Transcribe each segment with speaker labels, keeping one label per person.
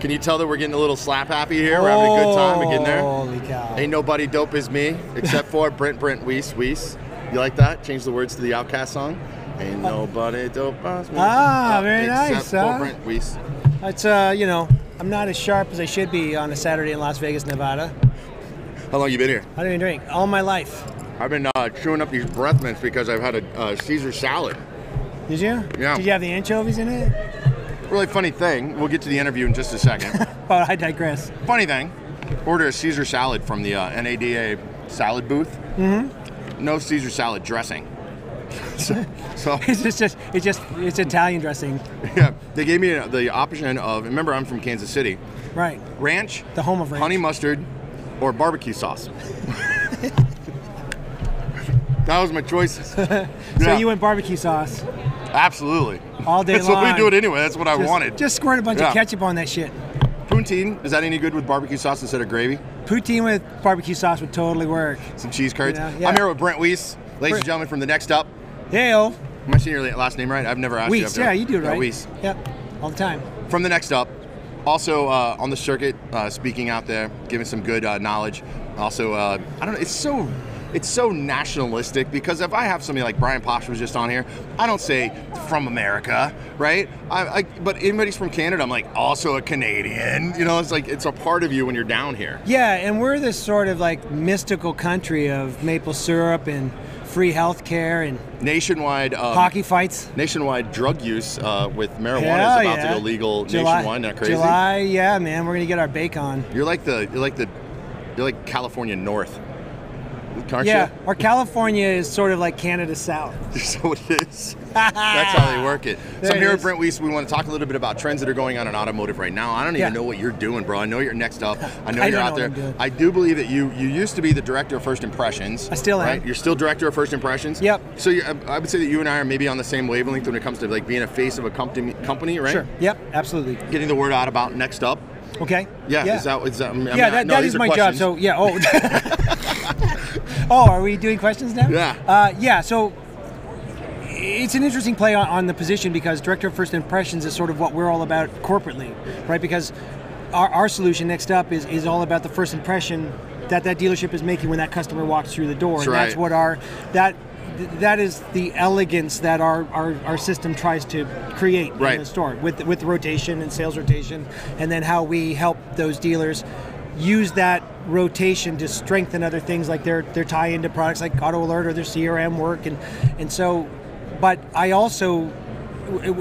Speaker 1: Can you tell that we're getting a little slap happy here? We're having a good time. We're getting there.
Speaker 2: Holy cow.
Speaker 1: Ain't nobody dope as me, except for Brent Brent Weiss Weiss. You like that? Change the words to the Outcast song. Ain't nobody dope as me.
Speaker 2: Ah,
Speaker 1: uh,
Speaker 2: very
Speaker 1: except
Speaker 2: nice,
Speaker 1: for
Speaker 2: huh?
Speaker 1: Brent Weiss.
Speaker 2: It's, uh, you know, I'm not as sharp as I should be on a Saturday in Las Vegas, Nevada.
Speaker 1: How long you been here?
Speaker 2: I don't even drink all my life.
Speaker 1: I've been uh, chewing up these breath mints because I've had a uh, Caesar salad.
Speaker 2: Did you?
Speaker 1: Yeah.
Speaker 2: Did you have the anchovies in it?
Speaker 1: Really funny thing. We'll get to the interview in just a second.
Speaker 2: But I digress.
Speaker 1: funny thing. Order a Caesar salad from the uh, NADA salad booth. Mm-hmm. No Caesar salad dressing. so, so
Speaker 2: It's just, just it's just it's Italian dressing,
Speaker 1: yeah, they gave me the option of. Remember, I'm from Kansas City.
Speaker 2: right?
Speaker 1: Ranch,
Speaker 2: The home of ranch.
Speaker 1: honey mustard, or barbecue sauce. that was my choices.
Speaker 2: So
Speaker 1: Yeah,
Speaker 2: you went barbecue sauce
Speaker 1: absolutely
Speaker 2: all day
Speaker 1: That's
Speaker 2: long.
Speaker 1: what we do it anyway. That's what I
Speaker 2: Just-
Speaker 1: wanted.
Speaker 2: Just squirt a bunch
Speaker 1: Yeah.
Speaker 2: of ketchup on that shit.
Speaker 1: Poutine, is that any good with barbecue sauce instead of gravy?
Speaker 2: Poutine with barbecue sauce would totally work.
Speaker 1: Some cheese curds.
Speaker 2: Yeah, yeah.
Speaker 1: I'm here with Brent Weiss, ladies
Speaker 2: Brent-
Speaker 1: and gentlemen, from the Next Up.
Speaker 2: Heyo.
Speaker 1: Am I saying your la- last name right? I've never asked you.
Speaker 2: Weiss,
Speaker 1: after.
Speaker 2: yeah, you do it
Speaker 1: Yeah,
Speaker 2: right.
Speaker 1: Weiss.
Speaker 2: Yep, all the time.
Speaker 1: From the Next Up, also uh, on the circuit, uh, speaking out there, giving some good uh, knowledge. Also, uh, I don't know. It's so. It's so nationalistic because if I have somebody like Brian Posh was just on here, I don't say from America, right? I, I, but anybody's from Canada, I'm like also a Canadian. You know, it's like it's a part of you when you're down here.
Speaker 2: Yeah, and we're this sort of like mystical country of maple syrup and free healthcare and
Speaker 1: Nationwide um,
Speaker 2: hockey fights.
Speaker 1: Nationwide drug use uh, with marijuana
Speaker 2: Hell
Speaker 1: is about
Speaker 2: yeah.
Speaker 1: to go legal
Speaker 2: July,
Speaker 1: nationwide. Not crazy.
Speaker 2: July, yeah, man, we're gonna get our bake on.
Speaker 1: You're like the you're like the you're like California North, aren't
Speaker 2: yeah, or California is sort of like Canada South.
Speaker 1: you? So it is. That's how they work it.
Speaker 2: Ah. There
Speaker 1: so
Speaker 2: it
Speaker 1: I'm here
Speaker 2: is.
Speaker 1: at Brent Weiss. We want to talk a little bit about trends that are going on in automotive right now. I don't even
Speaker 2: Yeah.
Speaker 1: know what you're doing, bro. I know you're next up. I know
Speaker 2: I
Speaker 1: you're
Speaker 2: don't know
Speaker 1: out
Speaker 2: what
Speaker 1: there.
Speaker 2: I'm doing.
Speaker 1: I do believe that you you used to be the director of first impressions.
Speaker 2: I still am.
Speaker 1: Right? You're still director of first impressions.
Speaker 2: Yep.
Speaker 1: So you, I I would say that you and I are maybe on the same wavelength when it comes to like being a face of a company, company, right?
Speaker 2: Sure. Yep, absolutely.
Speaker 1: Getting the word out about next up.
Speaker 2: Okay.
Speaker 1: Yeah. Is that is that? I mean,
Speaker 2: yeah,
Speaker 1: I-
Speaker 2: that,
Speaker 1: no,
Speaker 2: that
Speaker 1: these
Speaker 2: is
Speaker 1: are
Speaker 2: my
Speaker 1: questions.
Speaker 2: job. So yeah. Oh. oh, are we doing questions now?
Speaker 1: Yeah.
Speaker 2: Uh, yeah. So it's an interesting play on, on the position because director of first impressions is sort of what we're all about corporately, right? Because our, our solution next up is is all about the first impression that that dealership is making when that customer walks through the door,
Speaker 1: That's
Speaker 2: and that's
Speaker 1: right.
Speaker 2: what our that. That is the elegance that our, our, our system tries to create
Speaker 1: Right.
Speaker 2: in the store with with rotation and sales rotation, and then how we help those dealers use that rotation to strengthen other things like their their tie into products like Auto Alert or their CRM work, and and so, but I also. w-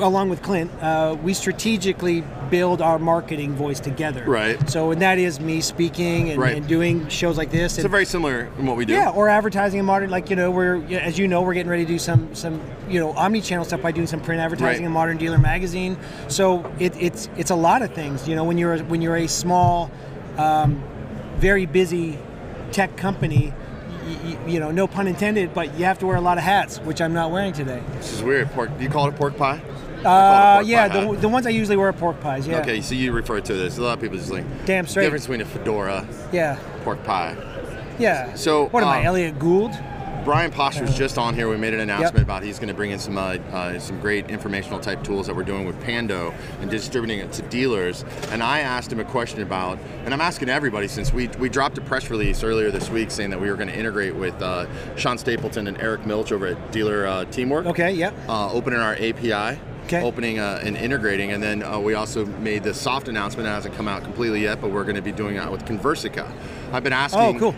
Speaker 2: Along with Clint, uh, we strategically build our marketing voice together.
Speaker 1: Right.
Speaker 2: So, and that is me speaking and,
Speaker 1: Right.
Speaker 2: and doing shows like this.
Speaker 1: It's
Speaker 2: and,
Speaker 1: a very similar in what we do.
Speaker 2: yeah, or advertising and modern, like you know, we're yeah, as you know, we're getting ready to do some some you know omni-channel stuff by doing some print advertising
Speaker 1: Right.
Speaker 2: in Modern Dealer Magazine. So it, it's it's a lot of things. You know, when you're a, when you're a small, um, very busy tech company, y- y- you know, no pun intended, but you have to wear a lot of hats, which I'm not wearing today.
Speaker 1: This is weird. Pork? Do you call it a pork pie? I call it a
Speaker 2: Uh,
Speaker 1: pork
Speaker 2: yeah,
Speaker 1: pie
Speaker 2: the,
Speaker 1: hat.
Speaker 2: the ones I usually wear are pork pies. Yeah.
Speaker 1: Okay, so you refer to this. A lot of people just like
Speaker 2: Damn straight.
Speaker 1: difference between a fedora,
Speaker 2: Yeah.
Speaker 1: pork pie.
Speaker 2: Yeah.
Speaker 1: So,
Speaker 2: what am I,
Speaker 1: um,
Speaker 2: Elliot Gould?
Speaker 1: Brian Posh was just on here. We made an announcement
Speaker 2: Yep.
Speaker 1: about he's going to bring in some uh, uh, some great informational type tools that we're doing with Pando and distributing it to dealers. And I asked him a question about, and I'm asking everybody since we we dropped a press release earlier this week saying that we were going to integrate with uh, Sean Stapleton and Eric Milch over at Dealer uh, Teamwork.
Speaker 2: Okay. Yep.
Speaker 1: uh, opening our API,
Speaker 2: Okay.
Speaker 1: opening uh, and integrating, and then uh, we also made the soft announcement. It hasn't come out completely yet, but we're going to be doing that with Conversica. I've been asking.
Speaker 2: Oh, cool.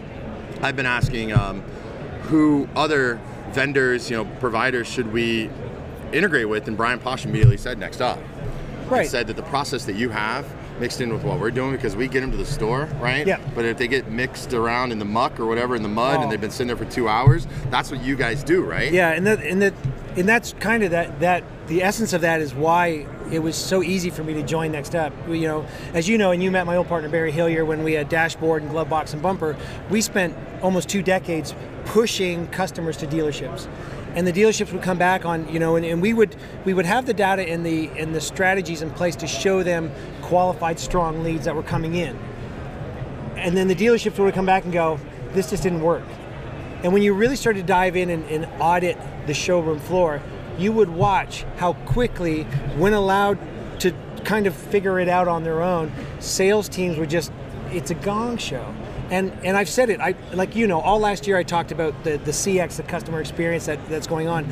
Speaker 1: I've been asking um, who other vendors, you know, providers should we integrate with, and Brian Posh immediately said, "Next up."
Speaker 2: Right.
Speaker 1: and said that the process that you have mixed in with what we're doing because we get them to the store, right?
Speaker 2: Yeah.
Speaker 1: But if they get mixed around in the muck or whatever in the mud
Speaker 2: Oh.
Speaker 1: and they've been sitting there for two hours, that's what you guys do, right?
Speaker 2: Yeah, and that and that and that's kind of that that the essence of that is why it was so easy for me to join Next Up. We, you know, as you know, and you met my old partner Barry Hillier when we had dashboard and glove box and bumper. We spent almost two decades pushing customers to dealerships. And the dealerships would come back on, you know, and, and we would we would have the data and the and the strategies in place to show them qualified strong leads that were coming in. And then the dealerships would come back and go, this just didn't work. And when you really started to dive in and, and audit the showroom floor, you would watch how quickly, when allowed to kind of figure it out on their own. Sales teams were just, it's a gong show. And, and I've said it, I like you know, all last year I talked about the, the CX, the customer experience that, that's going on.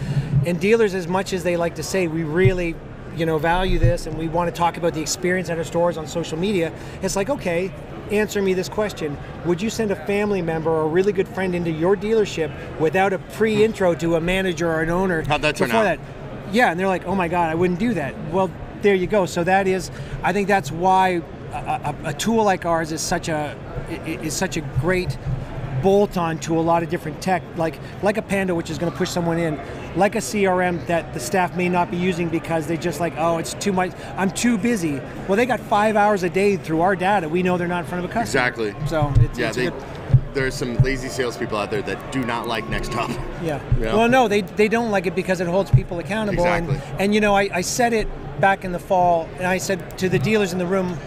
Speaker 2: And dealers, as much as they like to say, we really you know value this and we want to talk about the experience at our stores on social media it's like okay answer me this question would you send a family member or a really good friend into your dealership without a pre-intro to a manager or an owner
Speaker 1: How'd that turn
Speaker 2: before
Speaker 1: out?
Speaker 2: that yeah and they're like oh my god i wouldn't do that well there you go so that is i think that's why a, a, a tool like ours is such a i- i- is such a great bolt on to a lot of different tech, like like a Panda, which is going to push someone in, like a CRM that the staff may not be using because they just like, oh, it's too much. I'm too busy. Well, they got five hours a day through our data. We know they're not in front of a customer.
Speaker 1: Exactly.
Speaker 2: So it's,
Speaker 1: Yeah,
Speaker 2: it's
Speaker 1: they,
Speaker 2: a good.
Speaker 1: there's some lazy salespeople out there that do not like Next Top.
Speaker 2: Yeah.
Speaker 1: Yeah.
Speaker 2: Well, no, they, they don't like it because it holds people accountable.
Speaker 1: Exactly.
Speaker 2: And, and you know, I, I said it back in the fall, and I said to the dealers in the room,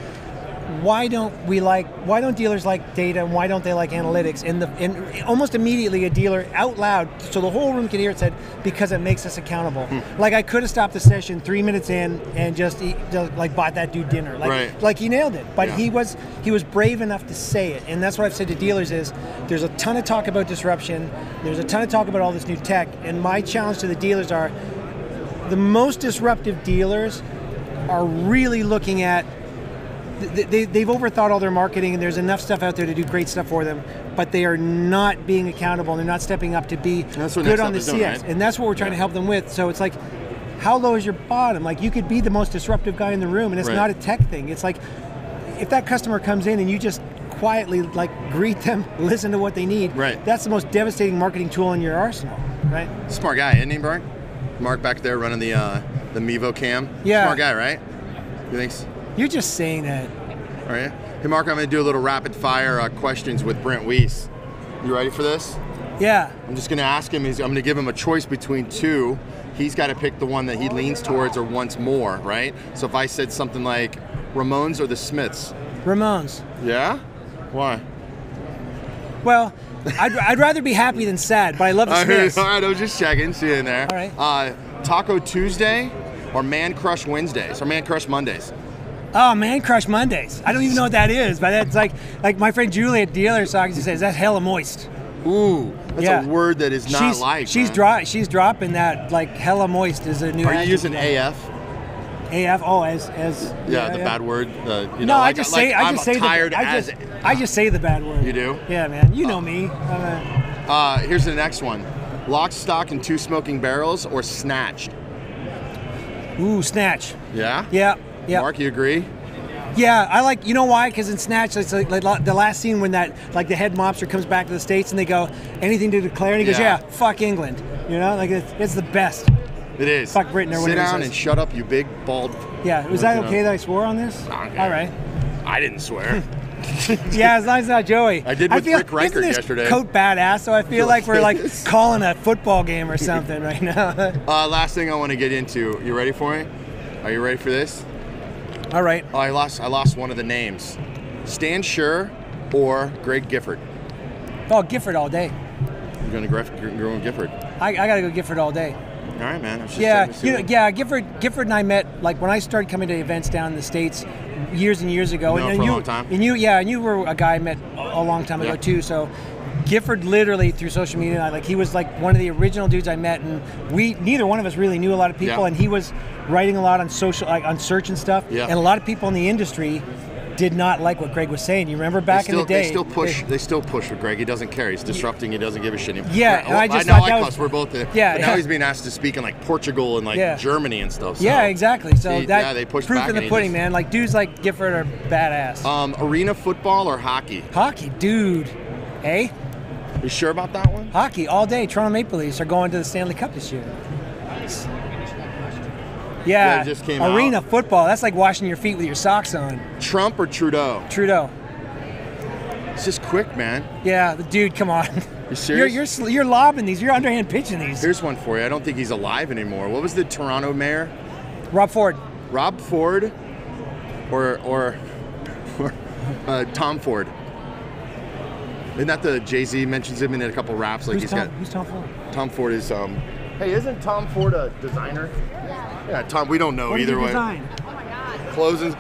Speaker 2: why don't we like why don't dealers like data and why don't they like analytics and the and almost immediately a dealer out loud so the whole room could hear it said because it makes us accountable
Speaker 1: Hmm.
Speaker 2: like i could have stopped the session three minutes in and just, eat, just like bought that dude dinner like
Speaker 1: Right.
Speaker 2: like he nailed it but
Speaker 1: Yeah.
Speaker 2: he was he was brave enough to say it and that's what i've said to dealers is there's a ton of talk about disruption there's a ton of talk about all this new tech and my challenge to the dealers are the most disruptive dealers are really looking at they, they, they've overthought all their marketing and there's enough stuff out there to do great stuff for them but they are not being accountable and they're not stepping up to be
Speaker 1: That's what
Speaker 2: good
Speaker 1: Next
Speaker 2: on
Speaker 1: Up
Speaker 2: the
Speaker 1: is doing,
Speaker 2: cx
Speaker 1: right?
Speaker 2: and that's what we're trying to help them with so it's like how low is your bottom like you could be the most disruptive guy in the room and it's
Speaker 1: Right.
Speaker 2: not a tech thing it's like if that customer comes in and you just quietly like greet them listen to what they need
Speaker 1: Right.
Speaker 2: that's the most devastating marketing tool in your arsenal right
Speaker 1: Smart guy, isn't he, Mark? Mark back there running the uh, the Mevo cam.
Speaker 2: Yeah.
Speaker 1: Smart guy, right? You think? s-
Speaker 2: you're just saying that
Speaker 1: All right. Hey, Mark, I'm gonna do a little rapid fire uh, questions with Brent Weiss. You ready for this?
Speaker 2: yeah
Speaker 1: I'm just gonna ask him. He's, I'm gonna give him a choice between two. He's got to pick the one that he leans towards or wants more, right? So if I said something like Ramones or the Smiths,
Speaker 2: ramones
Speaker 1: yeah? Why?
Speaker 2: Well, I'd, I'd rather be happy than sad, but I love the
Speaker 1: All right,
Speaker 2: Smiths.
Speaker 1: all right, I was just checking. See you in there.
Speaker 2: All right.
Speaker 1: Uh, Taco Tuesday or Man Crush Wednesdays or Man Crush Mondays?
Speaker 2: Oh man, Crush Mondays. I don't even know what that is, but that's like like my friend Julie at Dealer Socks she says that's hella moist.
Speaker 1: Ooh, that's
Speaker 2: Yeah.
Speaker 1: a word that is not
Speaker 2: she's
Speaker 1: like.
Speaker 2: she's
Speaker 1: man.
Speaker 2: dro- she's dropping that like hella moist is a new.
Speaker 1: Are you using
Speaker 2: adjective.
Speaker 1: AF?
Speaker 2: AF? Oh, as as
Speaker 1: Yeah, the bad word. The, you know,
Speaker 2: No, I
Speaker 1: like-
Speaker 2: just
Speaker 1: like,
Speaker 2: say I
Speaker 1: I'm
Speaker 2: just say
Speaker 1: tired
Speaker 2: the, I
Speaker 1: as.
Speaker 2: just I just say the bad word.
Speaker 1: You do?
Speaker 2: Yeah, man. You know me. I'm a-
Speaker 1: Uh, here's the next one: Lock, stock, and two smoking barrels, or snatched.
Speaker 2: ooh, snatch.
Speaker 1: Yeah.
Speaker 2: Yeah. Yeah.
Speaker 1: Mark, you agree?
Speaker 2: Yeah, I like you know why? Because in Snatch, it's like, like the last scene when that like the head mobster comes back to the states and they go, anything to declare, and he goes,
Speaker 1: Yeah.
Speaker 2: yeah, fuck England, you know, like it's, it's the best.
Speaker 1: It is.
Speaker 2: Fuck Britain or
Speaker 1: Sit
Speaker 2: whatever it
Speaker 1: down
Speaker 2: says.
Speaker 1: and shut up, you big bald.
Speaker 2: Yeah, was that
Speaker 1: You know.
Speaker 2: okay that I swore on this?
Speaker 1: Okay.
Speaker 2: All right.
Speaker 1: I didn't swear.
Speaker 2: Yeah, as long as it's not Joey.
Speaker 1: I did
Speaker 2: I
Speaker 1: with
Speaker 2: feel,
Speaker 1: Rick Reichert
Speaker 2: isn't this
Speaker 1: yesterday.
Speaker 2: Coat badass, so I feel like we're like
Speaker 1: Yes.
Speaker 2: calling a football game or something right now.
Speaker 1: uh, last thing I want to get into. You ready for me? Are you ready for this?
Speaker 2: All right.
Speaker 1: Oh, I lost. I lost one of the names. Stan Sure or Greg Gifford.
Speaker 2: Oh, Gifford all day.
Speaker 1: You're going to Gref- you're going to Gifford. All
Speaker 2: I, I gotta go Gifford all day.
Speaker 1: right, man. I was just
Speaker 2: Yeah,
Speaker 1: checking to see
Speaker 2: you know,
Speaker 1: what-
Speaker 2: yeah. Gifford, Gifford, and I met like when I started coming to events down in the states years and years ago.
Speaker 1: Known for
Speaker 2: and,
Speaker 1: a
Speaker 2: and you,
Speaker 1: long time.
Speaker 2: and you, yeah, and you were a guy I met a a long time ago
Speaker 1: Yeah.
Speaker 2: too. So Gifford literally through social media, and I, like he was like one of the original dudes I met, and we neither one of us really knew a lot of people,
Speaker 1: Yeah.
Speaker 2: and he was writing a lot on social, like on search and stuff,
Speaker 1: Yeah.
Speaker 2: and a lot of people in the industry. Did not like what Greg was saying. You remember back
Speaker 1: they still,
Speaker 2: in the day,
Speaker 1: they still push.
Speaker 2: they-
Speaker 1: They, still push with Greg. He doesn't care. He's disrupting. He doesn't give a shit. anymore.
Speaker 2: Yeah, and I just
Speaker 1: know
Speaker 2: thought
Speaker 1: I
Speaker 2: that was-
Speaker 1: cuss. We're both. uh,
Speaker 2: Yeah,
Speaker 1: But now
Speaker 2: yeah.
Speaker 1: he's being asked to speak in like Portugal and like
Speaker 2: Yeah.
Speaker 1: Germany and stuff. So.
Speaker 2: yeah, exactly. So
Speaker 1: See,
Speaker 2: that
Speaker 1: yeah, they push
Speaker 2: proof
Speaker 1: back
Speaker 2: in
Speaker 1: and
Speaker 2: the
Speaker 1: he
Speaker 2: pudding,
Speaker 1: just-
Speaker 2: man. Like dudes like Gifford are badass.
Speaker 1: Um, arena football or hockey?
Speaker 2: Hockey, dude, eh?
Speaker 1: You sure about that one?
Speaker 2: Hockey all day. Toronto Maple Leafs are going to the Stanley Cup this year. Yeah,
Speaker 1: Yeah, it just came
Speaker 2: arena
Speaker 1: out.
Speaker 2: football. That's like washing your feet with your socks on.
Speaker 1: Trump or Trudeau?
Speaker 2: Trudeau.
Speaker 1: It's just quick, man.
Speaker 2: Yeah, the dude, come on.
Speaker 1: You
Speaker 2: You're,
Speaker 1: serious?
Speaker 2: you're sl- you're lobbing these. You're underhand pitching these.
Speaker 1: Here's one for you. I don't think he's alive anymore. What was the Toronto mayor?
Speaker 2: Rob Ford.
Speaker 1: Rob Ford or or, or uh, Tom Ford? Isn't that the Jay Z mentions him in a couple raps? Like
Speaker 2: Who's
Speaker 1: he's
Speaker 2: Tom? Who's Tom Ford?
Speaker 1: got Tom Ford is um. Hey, isn't Tom Ford a designer? Yeah, Tom. We don't know
Speaker 2: What did
Speaker 1: Oh, either
Speaker 2: he
Speaker 1: way.
Speaker 2: design?
Speaker 1: closings.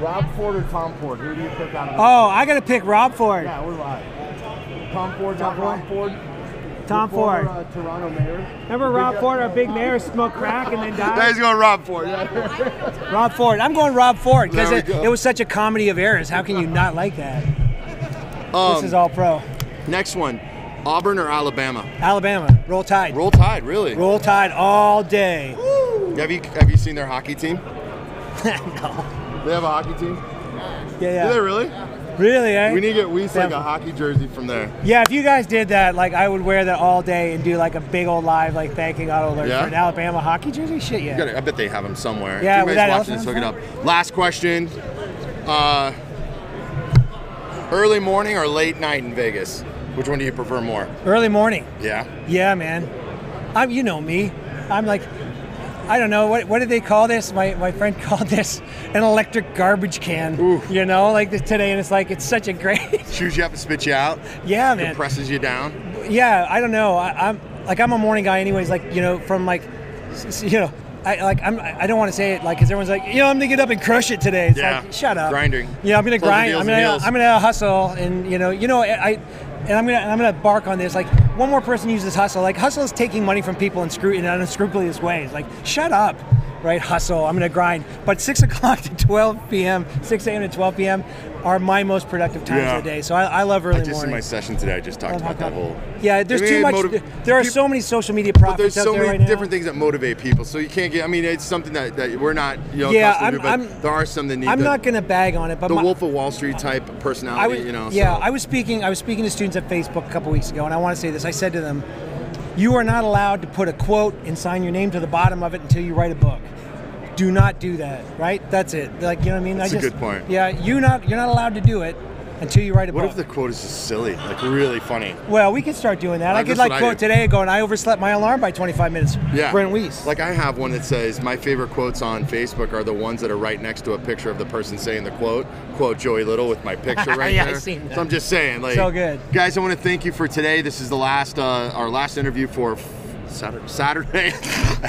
Speaker 1: Rob Ford or Tom Ford? Who do you pick out of
Speaker 2: Oh, I gotta pick Rob Ford.
Speaker 1: Yeah, we're live. Tom Ford,
Speaker 2: Tom
Speaker 1: not Rob Ford.
Speaker 2: Tom
Speaker 1: Former,
Speaker 2: Ford.
Speaker 1: uh, Toronto mayor.
Speaker 2: Remember Rob Ford, our big mayor, smoked crack and then
Speaker 1: Yeah,
Speaker 2: died.
Speaker 1: he's going Rob Ford. Yeah.
Speaker 2: Rob Ford. I'm going Rob Ford because
Speaker 1: There
Speaker 2: it,
Speaker 1: we go.
Speaker 2: it was such a comedy of errors. How can you not like that? this
Speaker 1: Um,
Speaker 2: is all pro.
Speaker 1: Next one, Auburn or Alabama?
Speaker 2: Alabama, roll tide. Roll,
Speaker 1: Roll Tide, really.
Speaker 2: tide all day.
Speaker 1: Have you have you seen their hockey team?
Speaker 2: no.
Speaker 1: They have a hockey team.
Speaker 2: Yeah,
Speaker 1: Do they
Speaker 2: yeah.
Speaker 1: really?
Speaker 2: Really, eh?
Speaker 1: We need to get Weiss like
Speaker 2: Yeah.
Speaker 1: a hockey jersey from there.
Speaker 2: yeah, if you guys did that, like I would wear that all day and do like a big old live, like thanking Auto Alert
Speaker 1: Yeah?
Speaker 2: for an Alabama hockey jersey. Shit, yeah.
Speaker 1: You gotta- I bet they have them somewhere.
Speaker 2: Yeah,
Speaker 1: if
Speaker 2: with
Speaker 1: anybody's
Speaker 2: that
Speaker 1: watching this,
Speaker 2: elephant
Speaker 1: hook it up. Last question. Uh, early morning or late night in Vegas? Which one do you prefer more?
Speaker 2: Early morning.
Speaker 1: Yeah.
Speaker 2: Yeah, man. I'm, you know me. I'm like, I don't know what what did they call this? My my friend called this an electric garbage can.
Speaker 1: Oof.
Speaker 2: You know, like this today, and it's like it's such a great.
Speaker 1: Chews you up and spits you out.
Speaker 2: yeah, man.
Speaker 1: Compresses you down.
Speaker 2: Yeah, I don't know. I, I'm like I'm a morning guy, anyways. Like you know, from like, s- s- you know. I, like I'm, I don't want to say it like because everyone's like, you know, I'm gonna get up and crush it today. It's
Speaker 1: Yeah.
Speaker 2: like, shut up.
Speaker 1: Grinding.
Speaker 2: Yeah, I'm gonna
Speaker 1: Close the
Speaker 2: grind.
Speaker 1: deals
Speaker 2: I'm
Speaker 1: and
Speaker 2: gonna,
Speaker 1: deals.
Speaker 2: I'm gonna hustle, and you know, you know, I, I and I'm gonna, and I'm gonna bark on this. Like one more person uses hustle. Like hustle is taking money from people in screw in unscrupulous ways. Like shut up, right? Hustle. I'm gonna grind. But six o'clock to 12 p.m., 6 a.m. to 12 p.m. are my most productive times
Speaker 1: Yeah.
Speaker 2: of the day. So I, I love early
Speaker 1: I just in
Speaker 2: morning.
Speaker 1: my session today, I just talked about that whole.
Speaker 2: Yeah, there's
Speaker 1: I mean,
Speaker 2: too
Speaker 1: it
Speaker 2: much.
Speaker 1: motiv-
Speaker 2: there are
Speaker 1: peop-
Speaker 2: so many social media
Speaker 1: But there's
Speaker 2: profits out
Speaker 1: so
Speaker 2: there
Speaker 1: many
Speaker 2: right now.
Speaker 1: different things that motivate people, so you can't get. I mean, it's something that, that we're not, you know,
Speaker 2: Yeah,
Speaker 1: accustomed
Speaker 2: I'm-
Speaker 1: to, but
Speaker 2: I'm-
Speaker 1: there are some that need.
Speaker 2: I'm
Speaker 1: the,
Speaker 2: not gonna bag on it, but
Speaker 1: the
Speaker 2: my,
Speaker 1: Wolf of Wall Street type personality,
Speaker 2: I was,
Speaker 1: you know.
Speaker 2: yeah,
Speaker 1: so.
Speaker 2: I was speaking. I was speaking to students at Facebook a couple weeks ago, and I want to say this. I said to them, "You are not allowed to put a quote and sign your name to the bottom of it until you write a book. Do not do that. Right? That's it. Like you know what I mean?
Speaker 1: That's
Speaker 2: I
Speaker 1: a
Speaker 2: just,
Speaker 1: good point.
Speaker 2: Yeah, you not you're not allowed to do it until you write a
Speaker 1: What
Speaker 2: book.
Speaker 1: if the quote is just silly, like really funny?
Speaker 2: well, we could start doing that. I
Speaker 1: That's
Speaker 2: could
Speaker 1: what
Speaker 2: like
Speaker 1: I
Speaker 2: quote
Speaker 1: do.
Speaker 2: today going, I overslept my alarm by 25 minutes.
Speaker 1: Yeah.
Speaker 2: Brent Weiss.
Speaker 1: Like I have one that says my favorite quotes on Facebook are the ones that are right next to a picture of the person saying the quote. Quote Joey Little with my picture right
Speaker 2: Yeah, I
Speaker 1: there.
Speaker 2: seen that.
Speaker 1: So I'm just saying, like,
Speaker 2: So good.
Speaker 1: guys. I want to thank you for today. This is the last, uh, our last interview for f- Saturday. Saturday.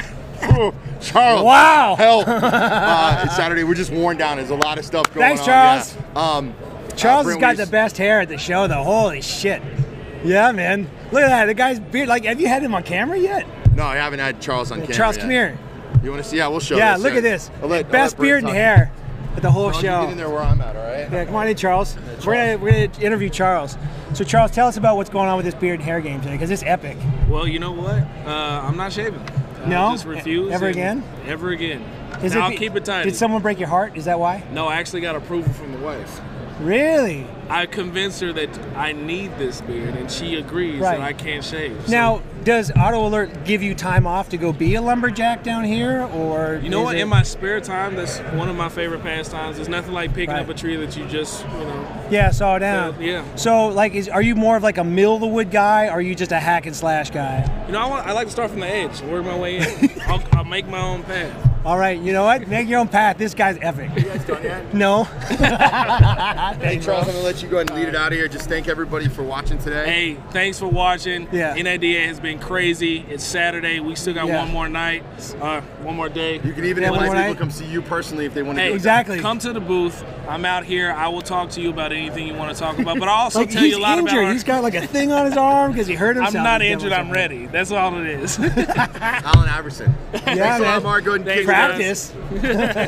Speaker 1: Ooh, Charles.
Speaker 2: Wow.
Speaker 1: Help. Uh, it's Saturday. We're just worn down. There's a lot of stuff going
Speaker 2: Thanks,
Speaker 1: on.
Speaker 2: Charles.
Speaker 1: Yeah. Um,
Speaker 2: Charles
Speaker 1: uh,
Speaker 2: has
Speaker 1: Brent
Speaker 2: got
Speaker 1: Weiss-
Speaker 2: the best hair at the show, though. Holy shit. Yeah, man. Look at that. The guy's beard. Like, have you had him on camera yet?
Speaker 1: No, I haven't had Charles on camera.
Speaker 2: Charles,
Speaker 1: yet.
Speaker 2: come here.
Speaker 1: You want to see? Yeah, we'll show.
Speaker 2: yeah,
Speaker 1: this.
Speaker 2: look at this.
Speaker 1: I'll let- I'll
Speaker 2: best
Speaker 1: let Brent
Speaker 2: beard and
Speaker 1: talk.
Speaker 2: hair at the whole
Speaker 1: Charles, you
Speaker 2: show.
Speaker 1: Get in there where I'm at. All right.
Speaker 2: Yeah, come on in, Charles. We're gonna we're gonna interview Charles. So, Charles, tell us about what's going on with this beard and hair game today, because it's epic.
Speaker 3: Well, you know what? Uh, I'm not shaving.
Speaker 2: No?
Speaker 3: I just refuse.
Speaker 2: Ever
Speaker 3: and-
Speaker 2: again?
Speaker 3: Ever again.
Speaker 2: Is
Speaker 3: Now, I'll
Speaker 2: be-
Speaker 3: keep it tight.
Speaker 2: Did someone break your heart? Is that why?
Speaker 3: no, I actually got approval from the wife.
Speaker 2: Really?
Speaker 3: I convinced her that I need this beard, and she agrees
Speaker 2: Right.
Speaker 3: that I can't shave. So,
Speaker 2: Now, does Auto Alert give you time off to go be a lumberjack down here, or
Speaker 3: you know
Speaker 2: is
Speaker 3: what?
Speaker 2: it-
Speaker 3: In my spare time, that's one of my favorite pastimes. There's nothing like picking
Speaker 2: Right.
Speaker 3: up a tree that you just, you know.
Speaker 2: Yeah, saw down.
Speaker 3: So, yeah.
Speaker 2: So, like, is are you more of like a mill the wood guy, or are you just a hack and slash guy?
Speaker 3: You know, I, want, I like to start from the edge, work my way in. I'll, I'll make my own path.
Speaker 2: All right, you know what? Make your own path. This guy's epic.
Speaker 1: You guys done yet?
Speaker 2: No.
Speaker 1: Hey Charles, I'm gonna let you go ahead and lead it out of here. Just thank everybody for watching today.
Speaker 3: Hey, thanks for watching.
Speaker 2: Yeah.
Speaker 3: NADA has been crazy. It's Saturday. We still got
Speaker 2: Yeah.
Speaker 3: one more night, uh, one more day.
Speaker 1: You can even
Speaker 2: Yeah,
Speaker 1: invite
Speaker 2: one
Speaker 1: people
Speaker 2: night.
Speaker 1: to come see you personally if they want to.
Speaker 3: Hey,
Speaker 1: do it.
Speaker 2: Exactly.
Speaker 3: Come to the booth. I'm out here. I will talk to you about anything you want to talk about. But I'll also
Speaker 2: like,
Speaker 3: tell
Speaker 2: he's
Speaker 3: you a lot
Speaker 2: injured.
Speaker 3: about. our-
Speaker 2: he's got like a thing on his arm because he hurt himself.
Speaker 3: I'm not
Speaker 2: He's
Speaker 3: injured.
Speaker 2: dealing
Speaker 3: I'm
Speaker 2: with
Speaker 3: ready. That's all it is.
Speaker 1: Alan Iverson.
Speaker 2: something. Yeah,
Speaker 1: Thanks a lot,
Speaker 2: man.
Speaker 1: Mark. Go ahead and
Speaker 3: Thanks,
Speaker 1: kick it.
Speaker 3: guys.
Speaker 2: Practice.